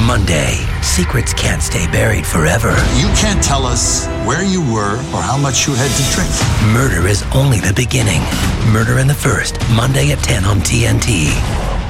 Monday, secrets can't stay buried forever. You can't tell us where you were or how much you had to drink. Murder is only the beginning. Murder in the First, Monday at 10 on TNT.